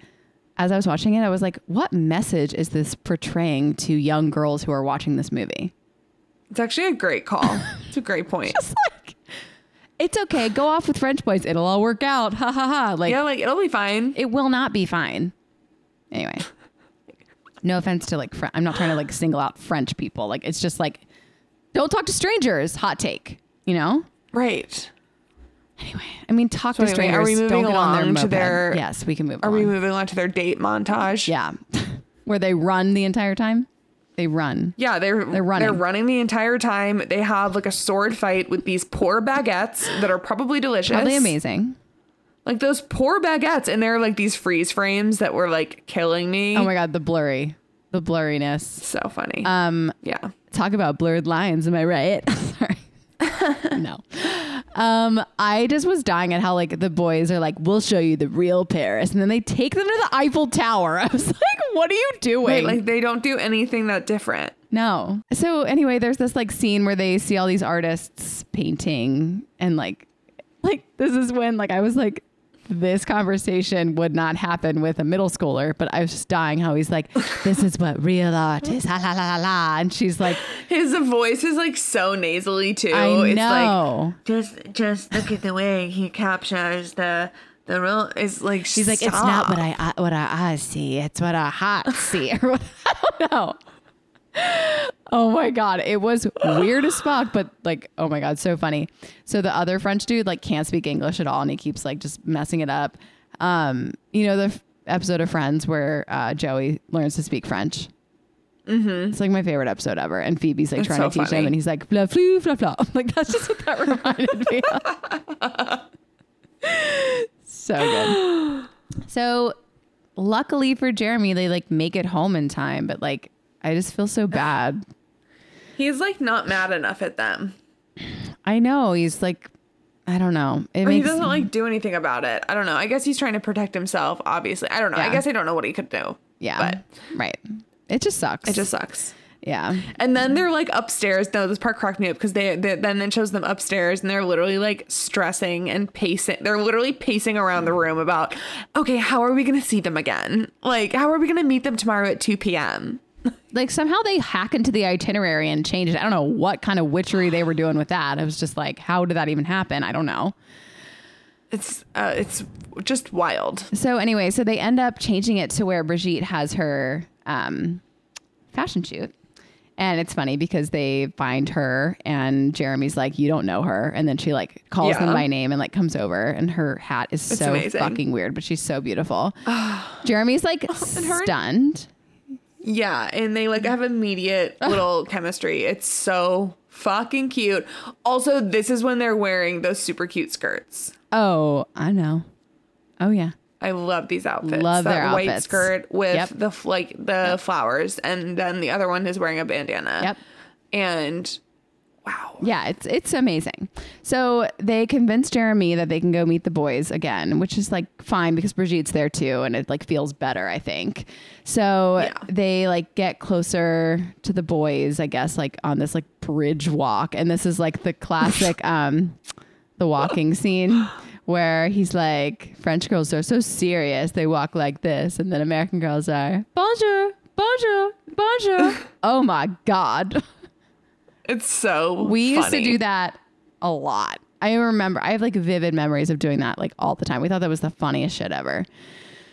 Speaker 2: as I was watching it, I was like, what message is this portraying to young girls who are watching this movie?
Speaker 1: It's actually a great call. it's a great point.
Speaker 2: It's like, it's okay. Go off with French boys. It'll all work out. Ha ha ha. Like,
Speaker 1: yeah, like it'll be fine.
Speaker 2: it will not be fine. Anyway, no offense to like, Fr- I'm not trying to like single out French people. Like, it's just like, don't talk to strangers. Hot take, you know?
Speaker 1: Right.
Speaker 2: Anyway, I mean, talk to
Speaker 1: anyway,
Speaker 2: strangers.
Speaker 1: are we
Speaker 2: don't
Speaker 1: moving
Speaker 2: get on
Speaker 1: along to
Speaker 2: moped.
Speaker 1: their-
Speaker 2: Yes, we can move
Speaker 1: Are
Speaker 2: along.
Speaker 1: we moving on to their date montage?
Speaker 2: yeah. Where they run the entire time? They run.
Speaker 1: Yeah, they're they're
Speaker 2: running.
Speaker 1: They're running the entire time. They have like a sword fight with these poor baguettes that are probably delicious.
Speaker 2: Probably amazing.
Speaker 1: Like those poor baguettes, and they're like these freeze frames that were like killing me.
Speaker 2: Oh my god, the blurry. The blurriness.
Speaker 1: so funny.
Speaker 2: Um
Speaker 1: yeah.
Speaker 2: talk about blurred lines, am I right? Sorry. no. Um I just was dying at how like the boys are like, "We'll show you the real Paris." And then they take them to the Eiffel Tower. I was like, "What are you doing?"
Speaker 1: Right, like they don't do anything that different.
Speaker 2: No. So anyway, there's this like scene where they see all these artists painting and like like this is when like I was like this conversation would not happen with a middle schooler, but I was just dying how he's like, This is what real art is, la la la la la and she's like,
Speaker 1: His voice is like so nasally too.
Speaker 2: I know.
Speaker 1: Oh, It's like
Speaker 3: just just look at the way he captures the the real
Speaker 1: it's like
Speaker 2: She's like, it's not what I what our eyes see. It's what our hearts see. Or what, I don't know. Oh my god, it was weird as fuck, but like, oh my god, so funny. So the other French dude like can't speak English at all, and he keeps like just messing it up. Um, you know the f- episode of Friends where uh, Joey learns to speak French. Mm-hmm. It's like my favorite episode ever, and Phoebe's like
Speaker 1: That's
Speaker 2: trying to
Speaker 1: so
Speaker 2: teach him,
Speaker 1: funny.
Speaker 2: and he's like fla flu fla fla. Like that's just what that reminded me of. so good. So luckily for Jeremy, they like make it home in time, but like I just feel so bad.
Speaker 1: He's like not mad enough at them.
Speaker 2: I know he's like, I don't know. It
Speaker 1: Or he
Speaker 2: makes
Speaker 1: doesn't like do anything about it. I don't know. I guess he's trying to protect himself, obviously. I don't know.
Speaker 2: Yeah.
Speaker 1: I guess I don't know what he could do.
Speaker 2: yeah, right. It just sucks.
Speaker 1: It just sucks.
Speaker 2: yeah.
Speaker 1: And then they're like upstairs. No, this part cracked me up because they, they then it shows them upstairs and they're literally like stressing and pacing. They're literally pacing around the room about, okay, how are we going to see them again? Like, how are we going to meet them tomorrow at 2 p.m.?
Speaker 2: Like somehow they hack into the itinerary and change it. I don't know what kind of witchery they were doing with that. I was just like, how did that even happen? I don't know.
Speaker 1: It's uh, it's just wild.
Speaker 2: So anyway, so they end up changing it to where Brigitte has her um, fashion shoot. And it's funny because they find her and Jeremy's like, you don't know her. And then she like calls them
Speaker 1: Yeah.
Speaker 2: by name and like comes over and her hat is so
Speaker 1: amazing.
Speaker 2: fucking weird, but she's so beautiful. Jeremy's like
Speaker 1: her-
Speaker 2: stunned.
Speaker 1: Yeah, and they like have immediate little chemistry. It's so fucking cute. Also, this is when they're wearing those super cute skirts.
Speaker 2: Oh, I know. Oh yeah.
Speaker 1: I love these outfits.
Speaker 2: Love
Speaker 1: that
Speaker 2: their
Speaker 1: white
Speaker 2: outfits.
Speaker 1: skirt with
Speaker 2: Yep.
Speaker 1: the f- like the flowers, and then the other one is wearing a bandana.
Speaker 2: Yep.
Speaker 1: And wow,
Speaker 2: Yeah, it's it's amazing. So they convince Jeremy that they can go meet the boys again, which is like fine because Brigitte's there too, and it like feels better, I think. So
Speaker 1: Yeah.
Speaker 2: they like get closer to the boys, I guess, like on this like bridge walk, and this is like the classic um the walking scene where he's like French girls are so serious, they walk like this, and then American girls are bonjour, bonjour, bonjour. oh my god.
Speaker 1: it's so
Speaker 2: We used to
Speaker 1: funny.
Speaker 2: do that a lot. I remember I have like vivid memories of doing that like all the time. We thought that was the funniest shit ever.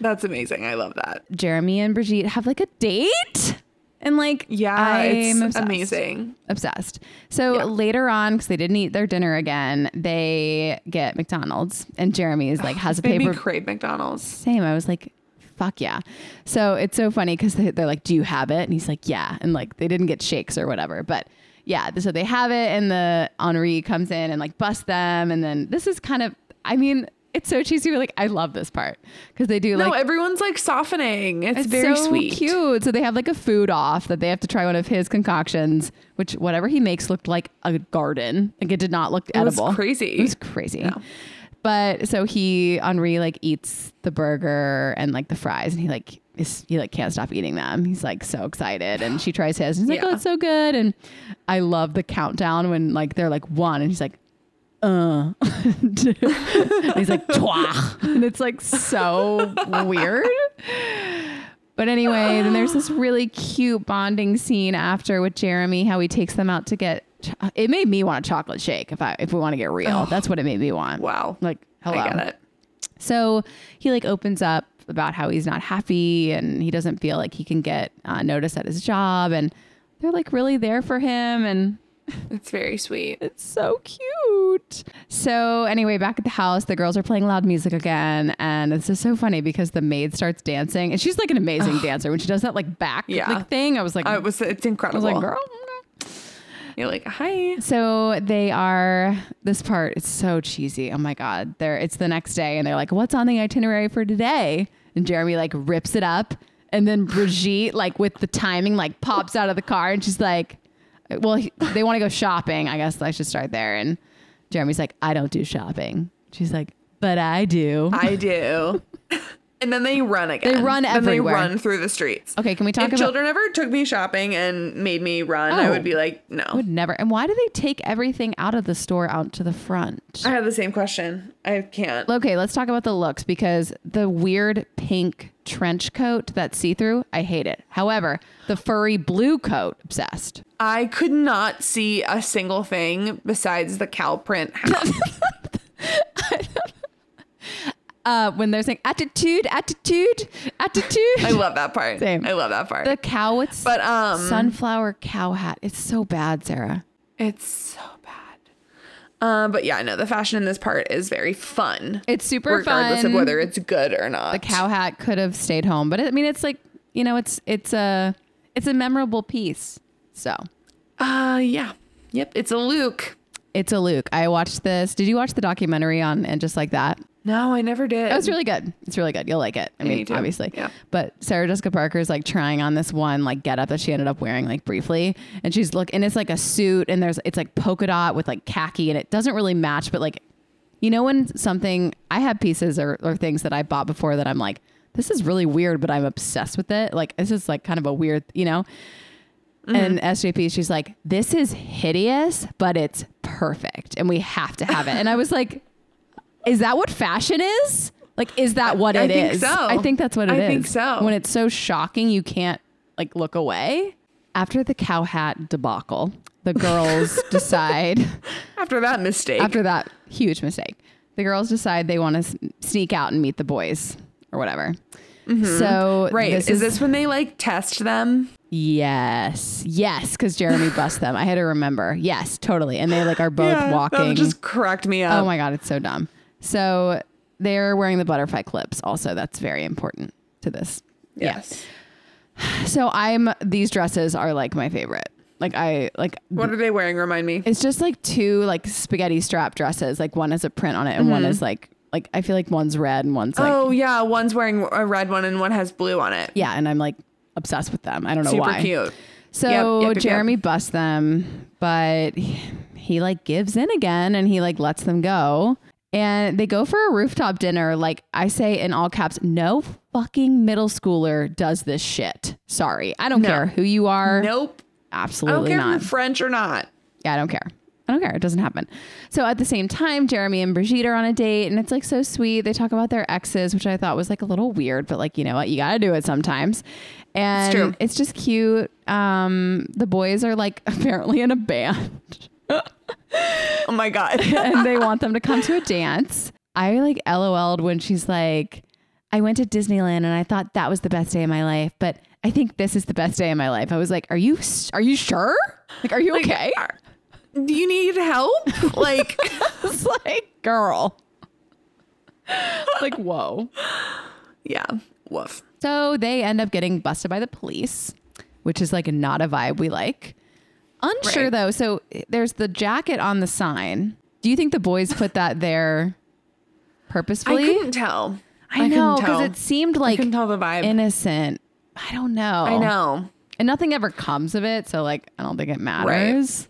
Speaker 1: That's amazing. I love that.
Speaker 2: Jeremy and Brigitte have like a date. And like
Speaker 1: Yeah,
Speaker 2: I'm
Speaker 1: it's
Speaker 2: obsessed.
Speaker 1: amazing.
Speaker 2: Obsessed. So
Speaker 1: Yeah.
Speaker 2: later on, because they didn't eat their dinner again, they get McDonald's and Jeremy is like has a
Speaker 1: Made
Speaker 2: paper
Speaker 1: me crave McDonald's.
Speaker 2: same. I was like, fuck yeah. So it's so funny because they, they're like, do you have it? And he's like, yeah. And like, they didn't get shakes or whatever, but yeah. So they have it, and the Henri comes in and like busts them, and then this is kind of, I mean, it's so cheesy, but like, I love this part because they do
Speaker 1: No,
Speaker 2: like.
Speaker 1: everyone's like softening. It's,
Speaker 2: It's
Speaker 1: very
Speaker 2: so
Speaker 1: sweet.
Speaker 2: cute. So they have like a food off that they have to try one of his concoctions, which whatever he makes looked like a garden. Like it did not look
Speaker 1: was
Speaker 2: edible.
Speaker 1: crazy.
Speaker 2: It was crazy. But so he Henri like eats the burger and like the fries, and he like is he like can't stop eating them. He's like so excited, and she tries his, and he's like,
Speaker 1: Yeah.
Speaker 2: "Oh, it's so good!" And I love the countdown when like they're like one, and he's like uh. And he's like, twah. And it's like so weird. But anyway, then there's this really cute bonding scene after with Jeremy, how he takes them out to get. Cho- it made me want a chocolate shake. If I if we want to get real, that's what it made me want.
Speaker 1: Wow.
Speaker 2: Like hello.
Speaker 1: I get it.
Speaker 2: So he like opens up about how he's not happy and he doesn't feel like he can get uh, noticed at his job, and they're like really there for him, and
Speaker 1: It's very sweet.
Speaker 2: it's so cute. So anyway, back at the house, the girls are playing loud music again, and this is so funny because the maid starts dancing, and she's like an amazing dancer when she does that like back
Speaker 1: Yeah.
Speaker 2: like thing. I was like,
Speaker 1: Uh,
Speaker 2: I
Speaker 1: it
Speaker 2: was,
Speaker 1: was it's incredible.
Speaker 2: like, girl. okay.
Speaker 1: You're like, hi.
Speaker 2: So they are this part it's so cheesy. Oh my god. They're it's the next day and they're like, What's on the itinerary for today? And Jeremy like rips it up and then Brigitte, like with the timing, like pops out of the car and she's like Well, he- they want to go shopping. I guess I should start there. And Jeremy's like, I don't do shopping. She's like, But I do.
Speaker 1: I do. and then they run again.
Speaker 2: run
Speaker 1: then
Speaker 2: everywhere.
Speaker 1: They run through the streets.
Speaker 2: Okay, can we talk
Speaker 1: if
Speaker 2: about-
Speaker 1: children ever took me shopping and made me run, I
Speaker 2: Oh.
Speaker 1: would be like, no.
Speaker 2: would never and why do they take everything out of the store out to the front?
Speaker 1: I have the same question. I can't.
Speaker 2: Okay, let's talk about the looks because the weird pink trench coat that's see through, I hate it. However, the furry blue coat, obsessed.
Speaker 1: I could not see a single thing besides the cow print hat.
Speaker 2: Uh, when they're saying attitude, attitude, attitude.
Speaker 1: I love that part.
Speaker 2: Same.
Speaker 1: I love that part.
Speaker 2: the cow with s-
Speaker 1: but um
Speaker 2: sunflower cow hat. It's so bad, Sarah.
Speaker 1: it's so bad. Um, but yeah, no, the fashion in this part is very fun.
Speaker 2: It's super
Speaker 1: regardless of
Speaker 2: fun.
Speaker 1: whether it's good or not.
Speaker 2: The cow hat could have stayed home, but it, I mean, it's like you know, it's it's a it's a memorable piece. So
Speaker 1: Uh yeah. Yep. It's a Luke.
Speaker 2: it's a Luke. I watched this. Did you watch the documentary on and just like that?
Speaker 1: No, I never did.
Speaker 2: It's really good. It's really good. You'll like it. I mean,
Speaker 1: need to.
Speaker 2: obviously.
Speaker 1: Yeah.
Speaker 2: But Sarah Jessica Parker is like trying on this one like getup that she ended up wearing like briefly, and she's look and it's like a suit and there's it's like polka dot with like khaki and it doesn't really match, but like you know when something I have pieces or, or things that I bought before that I'm like this is really weird, but I'm obsessed with it. Like this is like kind of a weird, you know. And
Speaker 1: Mm-hmm.
Speaker 2: SJP, she's like, this is hideous, but it's perfect, and we have to have it. And I was like, is that what fashion is? Like, is that what
Speaker 1: I
Speaker 2: it is?
Speaker 1: think so.
Speaker 2: I think that's what it
Speaker 1: I
Speaker 2: is.
Speaker 1: think so.
Speaker 2: When it's so shocking, you can't like look away. After the cow hat debacle, the girls decide.
Speaker 1: after that mistake.
Speaker 2: After that huge mistake, the girls decide they want to sneak out and meet the boys or whatever. So
Speaker 1: Mm-hmm. right. is, this when they like test them?
Speaker 2: yes, yes? Because Jeremy busts them. I had to remember. Yes, totally. And they like are both walking.
Speaker 1: That just uh, cracked me up.
Speaker 2: Oh my god, it's so dumb. So they're wearing the butterfly clips. Also, that's very important to this. Yeah.
Speaker 1: Yes.
Speaker 2: So I'm these dresses are like my favorite. Like I like
Speaker 1: What are they wearing? Remind me.
Speaker 2: it's just like two like spaghetti strap dresses. Like one has a print on it and one is like like I feel like one's red and one's like
Speaker 1: Mm-hmm. oh yeah, one's wearing a red one and one has blue on it.
Speaker 2: yeah, and I'm like obsessed with them. I don't know
Speaker 1: Super
Speaker 2: why.
Speaker 1: cute.
Speaker 2: So
Speaker 1: Yep, yep, yep,
Speaker 2: Jeremy busts them, but he, he like gives in again and he like lets them go. And they go for a rooftop dinner. Like I say in all caps, no fucking middle schooler does this shit. Sorry. I don't care who you are.
Speaker 1: Nope. I don't
Speaker 2: Absolutely
Speaker 1: care
Speaker 2: not.
Speaker 1: if you're French or not.
Speaker 2: Yeah, I don't care. I don't care. It doesn't happen. So at the same time, Jeremy and Brigitte are on a date and it's like so sweet. They talk about their exes, which I thought was like a little weird, but like, you know what? You got to do it sometimes. And it's,
Speaker 1: true.
Speaker 2: just cute. Um, the boys are like apparently in a band
Speaker 1: Oh my god.
Speaker 2: and they want them to come to a dance. I like LOL'd when she's like, I went to Disneyland and I thought that was the best day of my life, but I think this is the best day of my life. I was like, are you, s- are you sure? Like, are you okay?
Speaker 1: Are- Do you need help? Like
Speaker 2: It's like, girl. like, whoa.
Speaker 1: yeah. Woof.
Speaker 2: So they end up getting busted by the police, which is like not a vibe we like. Unsure
Speaker 1: Right.
Speaker 2: though. So there's the jacket on the sign. Do you think the boys put that there
Speaker 1: I
Speaker 2: purposefully?
Speaker 1: couldn't tell.
Speaker 2: I,
Speaker 1: couldn't
Speaker 2: know because
Speaker 1: tell.
Speaker 2: it seemed
Speaker 1: I
Speaker 2: like
Speaker 1: couldn't tell the vibe.
Speaker 2: innocent. I don't know.
Speaker 1: I know.
Speaker 2: And nothing ever comes of it. So like, I don't think it matters.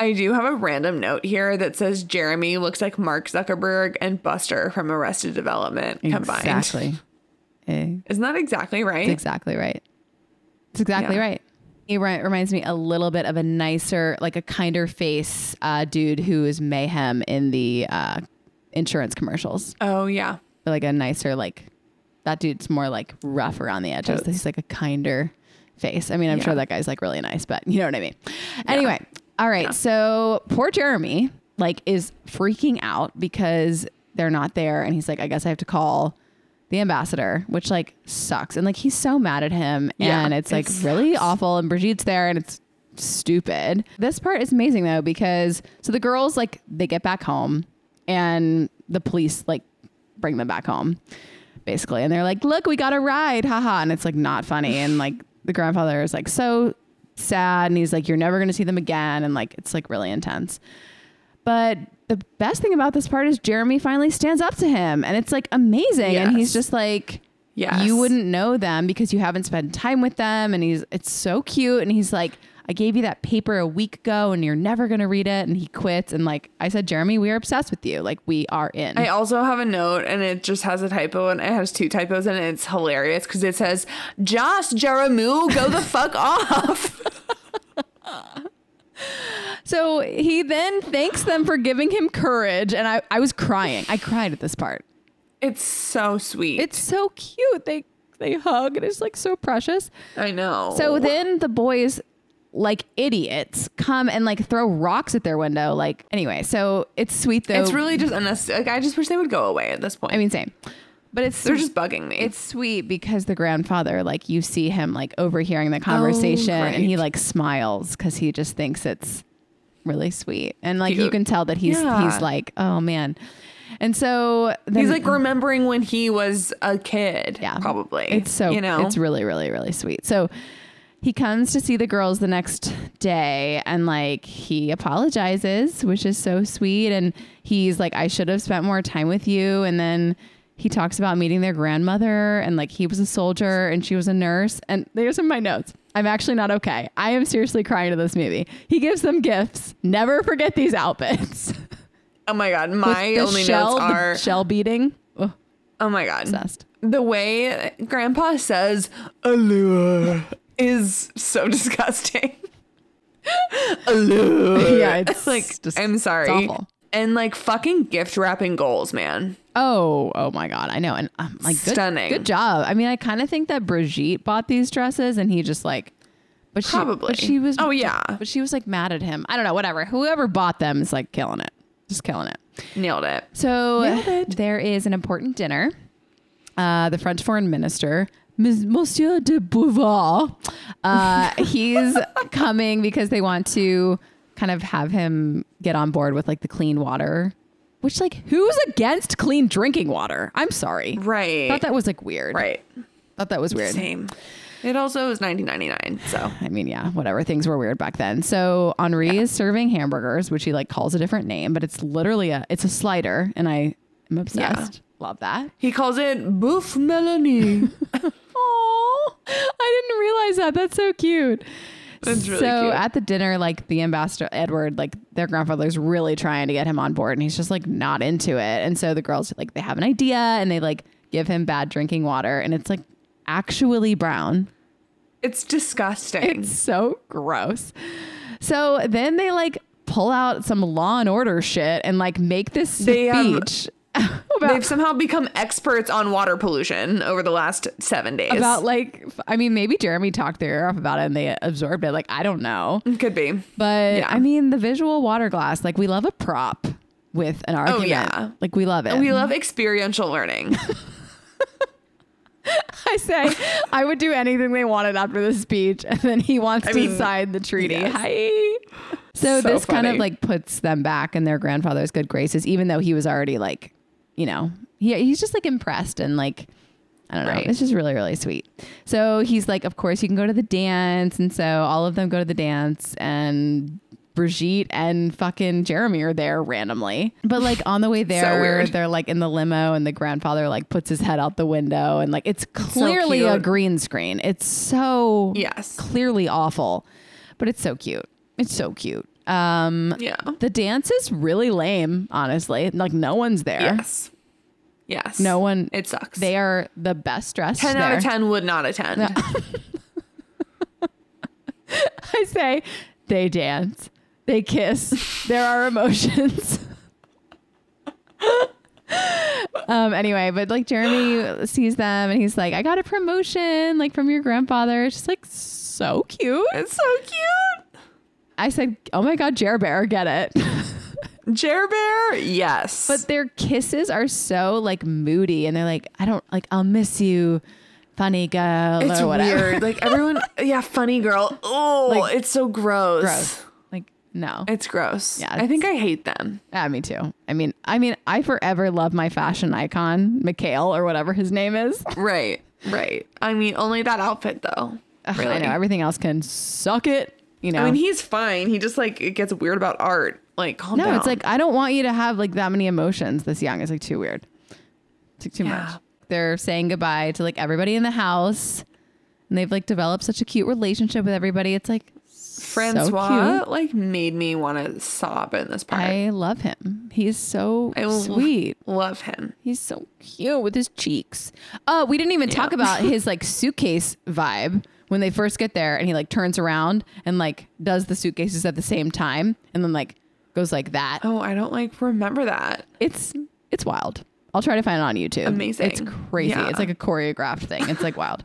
Speaker 1: I do have a random note here that says Jeremy looks like Mark Zuckerberg and Buster from Arrested Development combined.
Speaker 2: Exactly. Eh,
Speaker 1: Isn't that exactly right?
Speaker 2: It's exactly right. It's exactly
Speaker 1: Yeah.
Speaker 2: right. He ri- reminds me a little bit of a nicer, like a kinder face uh, dude who is mayhem in the uh, insurance commercials.
Speaker 1: Oh yeah.
Speaker 2: But like a nicer, like that dude's more like rough around the edges. He's like a kinder face. I mean, I'm sure
Speaker 1: Yeah.
Speaker 2: that guy's like really nice, but you know what I mean. Anyway, all right. So poor Jeremy like is freaking out because they're not there, and he's like, I guess I have to call the ambassador, which like sucks, and like he's so mad at him,
Speaker 1: Yeah,
Speaker 2: and it's like
Speaker 1: it's-
Speaker 2: really awful and Brigitte's there and it's stupid. This part is amazing though because so the girls like they get back home and the police like bring them back home basically and they're like look we got a ride haha and it's like not funny and like the grandfather is like so sad and he's like you're never going to see them again and like it's like really intense. But the best thing about this part is Jeremy finally stands up to him and it's like amazing and he's
Speaker 1: Yes.
Speaker 2: just like
Speaker 1: Yes.
Speaker 2: you wouldn't know them because you haven't spent time with them and he's it's so cute and he's like I gave you that paper a week ago and you're never going to read it and he quits and like I said Jeremy we are obsessed with you like we are in
Speaker 1: I also have a note and it just has a typo and it has two typos and it's hilarious because it says, Josh Jaramu, go the fuck off.
Speaker 2: So he then thanks them for giving him courage and I I was crying I cried at this part
Speaker 1: It's so sweet.
Speaker 2: It's so cute they they hug and it's like so precious
Speaker 1: I know.
Speaker 2: So then the boys, like idiots, come and like throw rocks at their window. Like anyway, so it's sweet though.
Speaker 1: it's really just unnecessary. Like, I just wish they would go away at this point.
Speaker 2: I mean, same, but it's
Speaker 1: they're just bugging me.
Speaker 2: it's sweet because the grandfather, like you see him like overhearing the conversation, and he
Speaker 1: Oh, great.
Speaker 2: like smiles because he just thinks it's really sweet, and like you
Speaker 1: Cute.
Speaker 2: can tell that he's
Speaker 1: Yeah.
Speaker 2: he's like, oh man, and so then,
Speaker 1: He's like remembering when he was a kid.
Speaker 2: Yeah.
Speaker 1: Probably.
Speaker 2: It's so
Speaker 1: you know
Speaker 2: it's really, really, really sweet. So he comes to see the girls the next day and like he apologizes, which is so sweet. And he's like, I should have spent more time with you. And then he talks about meeting their grandmother and like he was a soldier and she was a nurse. And there's in my notes. I'm actually not okay. I am seriously crying to this movie. He gives them gifts. Never forget these outfits.
Speaker 1: Oh my god.
Speaker 2: With
Speaker 1: My
Speaker 2: the
Speaker 1: only
Speaker 2: shell,
Speaker 1: notes
Speaker 2: the
Speaker 1: are
Speaker 2: shell beating. Ugh,
Speaker 1: Oh my god.
Speaker 2: obsessed.
Speaker 1: The way grandpa says allure is so disgusting. allure.
Speaker 2: Yeah, it's
Speaker 1: like
Speaker 2: just-
Speaker 1: I'm sorry.
Speaker 2: it's awful.
Speaker 1: And like fucking gift wrapping goals, man.
Speaker 2: Oh, oh my God! I know, and um, like good,
Speaker 1: Stunning.
Speaker 2: Good job. I mean, I kind of think that Brigitte bought these dresses, and he just like, but she,
Speaker 1: Probably.
Speaker 2: but she was,
Speaker 1: Oh yeah.
Speaker 2: but she was like mad at him. I don't know. Whatever. Whoever bought them is like killing it, just killing it.
Speaker 1: Nailed it.
Speaker 2: So
Speaker 1: Nailed it.
Speaker 2: there is an important dinner. Uh, the French foreign minister, Ms. Monsieur de Beauvoir, uh, he's coming because they want to kind of have him get on board with like the clean water, which like who's against clean drinking water? I'm sorry.
Speaker 1: Right.
Speaker 2: Thought that was like weird.
Speaker 1: right.
Speaker 2: Thought that was weird.
Speaker 1: Same. It also is 1999, so
Speaker 2: I mean, yeah, whatever. Things were weird back then. So Henri is serving hamburgers, which he like calls a different name, but it's literally a it's a slider, and I am obsessed. Love that.
Speaker 1: he calls it bouffe Melanie.
Speaker 2: Oh, I didn't realize that. That's so cute.
Speaker 1: That's really
Speaker 2: so
Speaker 1: cute.
Speaker 2: at the dinner, like the ambassador Edward, like their grandfather's really trying to get him on board, and he's just like not into it. And so the girls like they have an idea, and they like give him bad drinking water, and it's like actually brown.
Speaker 1: it's disgusting.
Speaker 2: It's so gross. So then they like pull out some Law and Order shit and like make this
Speaker 1: They um, have-
Speaker 2: speech about
Speaker 1: They've somehow become experts on water pollution over the last seven days.
Speaker 2: about like f- I mean maybe Jeremy talked their ear off about it and they absorbed it. Like I don't know,
Speaker 1: Could be.
Speaker 2: but
Speaker 1: Yeah.
Speaker 2: I mean the visual water glass. Like we love a prop with an argument.
Speaker 1: Oh, yeah.
Speaker 2: Like we love it.
Speaker 1: We love experiential learning.
Speaker 2: I say I would do anything they wanted after this speech, and then he wants to
Speaker 1: mean,
Speaker 2: sign the treaty.
Speaker 1: yes.
Speaker 2: Hi. So,
Speaker 1: So
Speaker 2: this kind of
Speaker 1: funny.
Speaker 2: like puts them back in their grandfather's good graces, even though he was already like, you know, he he's just like impressed and like. I don't know.
Speaker 1: Right.
Speaker 2: It's just really, really sweet. So he's like, of course, you can go to the dance. And so all of them go to the dance, and Brigitte and fucking Jeremy are there randomly. But like on the way there,
Speaker 1: weird.
Speaker 2: they're like in the limo, and the grandfather like puts his head out the window, and like it's clearly a
Speaker 1: cute.
Speaker 2: green screen. It's so
Speaker 1: Yes.
Speaker 2: clearly awful, but it's so cute. It's so cute. Um,
Speaker 1: Yeah.
Speaker 2: the dance is really lame, honestly. Like no one's there.
Speaker 1: Yes. Yes.
Speaker 2: No one-
Speaker 1: It sucks.
Speaker 2: They are the best dressed.
Speaker 1: ten out of
Speaker 2: there.
Speaker 1: ten would not attend.
Speaker 2: I say they dance, they kiss. There are emotions. um. Anyway, but like Jeremy sees them and he's like, "I got a promotion, like from your grandfather." It's just like so cute.
Speaker 1: It's so cute.
Speaker 2: I said, "Oh my god, Jer Bear, get it."
Speaker 1: Jer Bear, yes.
Speaker 2: But their kisses are so like moody, and they're like, I don't like, I'll miss you, funny girl,
Speaker 1: it's
Speaker 2: or whatever.
Speaker 1: weird. Like everyone, yeah, funny girl. Oh,
Speaker 2: Like,
Speaker 1: it's so gross.
Speaker 2: Gross. Like, no.
Speaker 1: It's gross.
Speaker 2: Yeah,
Speaker 1: I think I hate them.
Speaker 2: yeah, me too. I mean, I mean, I forever love my fashion icon, Mikhail, or whatever his name is.
Speaker 1: Right. Right. I mean, only that outfit though.
Speaker 2: Ugh,
Speaker 1: really.
Speaker 2: I know everything else can suck it. You know.
Speaker 1: I mean, he's fine. He just like it gets weird about art. Like, calm
Speaker 2: no,
Speaker 1: down.
Speaker 2: it's like I don't want you to have like that many emotions this young. It's like too weird. It's like too
Speaker 1: Yeah.
Speaker 2: much. They're saying goodbye to like everybody in the house. And they've like developed such a cute relationship with everybody. It's like
Speaker 1: Francois
Speaker 2: so cute.
Speaker 1: like made me want to sob in this part. I,
Speaker 2: I love him. He's so
Speaker 1: l-
Speaker 2: sweet.
Speaker 1: love him.
Speaker 2: He's so cute with his cheeks. Oh, we didn't even talk about his like suitcase vibe when they first get there and he like turns around and like does the suitcases at the same time and then like goes like that.
Speaker 1: Oh, I don't like remember that.
Speaker 2: It's it's wild. I'll try to find it on YouTube.
Speaker 1: Amazing.
Speaker 2: It's crazy.
Speaker 1: Yeah.
Speaker 2: It's like a choreographed thing. It's like wild.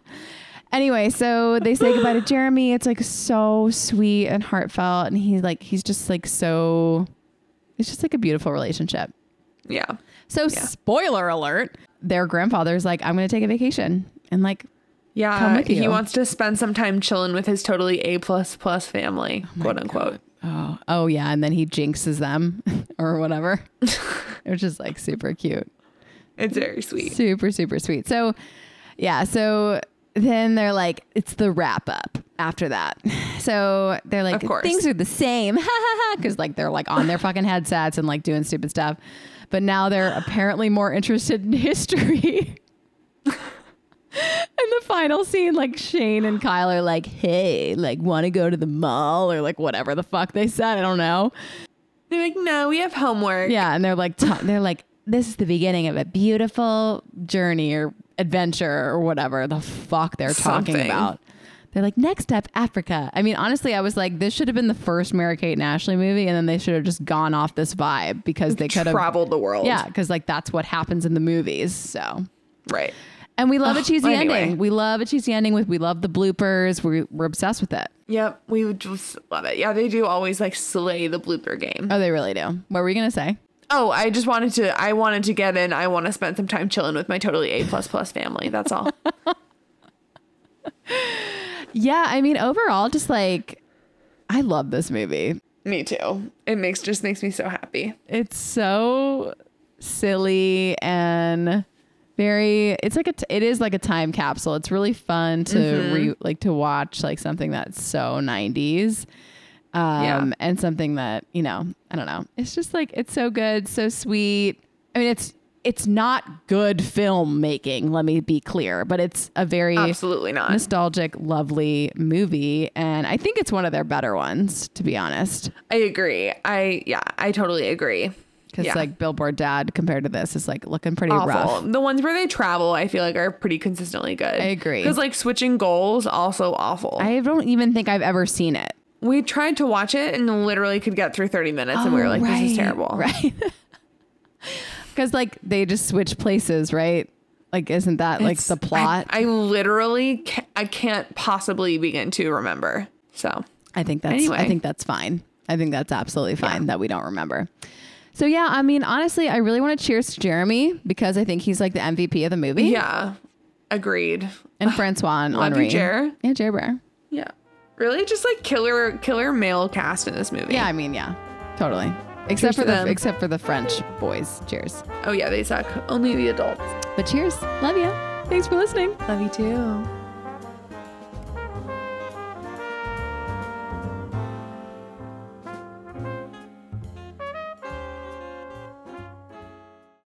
Speaker 2: Anyway, so they say goodbye to Jeremy. It's like so sweet and heartfelt and he's like he's just like so it's just like a beautiful relationship.
Speaker 1: Yeah.
Speaker 2: So spoiler alert, their grandfather's like, I'm gonna take a vacation. And like,
Speaker 1: Yeah.
Speaker 2: Come with
Speaker 1: He
Speaker 2: you.
Speaker 1: wants to spend some time chilling with his totally A plus plus family, quote unquote.
Speaker 2: oh, oh yeah, and then he jinxes them or whatever. Which is like super cute.
Speaker 1: It's very sweet.
Speaker 2: Super, super sweet. So yeah, so then they're like, it's the wrap up after that. So they're like,
Speaker 1: Of course.
Speaker 2: things are the same. Because like they're like on their fucking headsets and like doing stupid stuff. But now they're apparently more interested in history. And the final scene, like Shane and Kyle are like, hey, like, want to go to the mall or like whatever the fuck they said. I don't know.
Speaker 1: They're like, no, we have homework.
Speaker 2: Yeah. And they're like, t- they're like, this is the beginning of a beautiful journey or adventure or whatever the fuck they're talking
Speaker 1: Something.
Speaker 2: about. They're like, next up, Africa. I mean, honestly, I was like, this should have been the first Mary Kate and Ashley movie. And then they should have just gone off this vibe because they could have.
Speaker 1: Traveled the world.
Speaker 2: Yeah. Cause like that's what happens in the movies. So.
Speaker 1: Right.
Speaker 2: And we love a cheesy
Speaker 1: anyway.
Speaker 2: ending. We love a cheesy ending with we love the bloopers. We're, we're obsessed with it.
Speaker 1: Yep. We would just love it. Yeah. They do always like slay the blooper game.
Speaker 2: Oh, they really do. What were you gonna say?
Speaker 1: Oh, I just wanted to. I wanted to get in. I want to spend some time chilling with my totally A plus plus family. That's all.
Speaker 2: Yeah, I mean, overall, just like I love this movie.
Speaker 1: me too. It makes just makes me so happy.
Speaker 2: It's so silly and very. It's like a. T- it is like a time capsule. It's really fun to
Speaker 1: Mm-hmm.
Speaker 2: re like to watch like something that's so nineties. Um,
Speaker 1: Yeah.
Speaker 2: and something that you know, I don't know. It's just like it's so good, so sweet. I mean, it's it's not good filmmaking. Let me be clear, but it's a very
Speaker 1: Absolutely not.
Speaker 2: nostalgic, lovely movie. And I think it's one of their better ones, to be honest.
Speaker 1: I agree. I yeah. I totally agree.
Speaker 2: Because
Speaker 1: Yeah.
Speaker 2: like Billboard Dad compared to this is like looking pretty
Speaker 1: Awful.
Speaker 2: rough.
Speaker 1: The ones where they travel, I feel like, are pretty consistently good. I
Speaker 2: agree.
Speaker 1: Because like switching goals, also awful.
Speaker 2: I don't even think I've ever seen it.
Speaker 1: we tried to watch it and literally could get through thirty minutes, and we were like, "This is
Speaker 2: Oh, Right,
Speaker 1: terrible."
Speaker 2: Right. Because like they just switch places, right? Like, isn't that like the
Speaker 1: It's- I-
Speaker 2: plot? I,
Speaker 1: I, literally ca- I can't possibly begin to remember. So
Speaker 2: think that's I
Speaker 1: Anyway.
Speaker 2: think that's fine. I think that's absolutely fine that we don't remember. So yeah, I mean, honestly, I really want to cheers to Jeremy because I think he's like the MVP of the movie.
Speaker 1: yeah, agreed.
Speaker 2: And Francois and
Speaker 1: Love you,
Speaker 2: Henri.
Speaker 1: Jer.
Speaker 2: Yeah, Jer Brer.
Speaker 1: Yeah, really, just like killer killer male cast in this movie.
Speaker 2: Yeah, I mean, yeah, totally.
Speaker 1: Cheers
Speaker 2: Except for
Speaker 1: to
Speaker 2: the
Speaker 1: them.
Speaker 2: except for the French boys. Cheers.
Speaker 1: Oh yeah, they suck. Only the adults.
Speaker 2: But cheers. Love you. Thanks for listening.
Speaker 1: Love you too.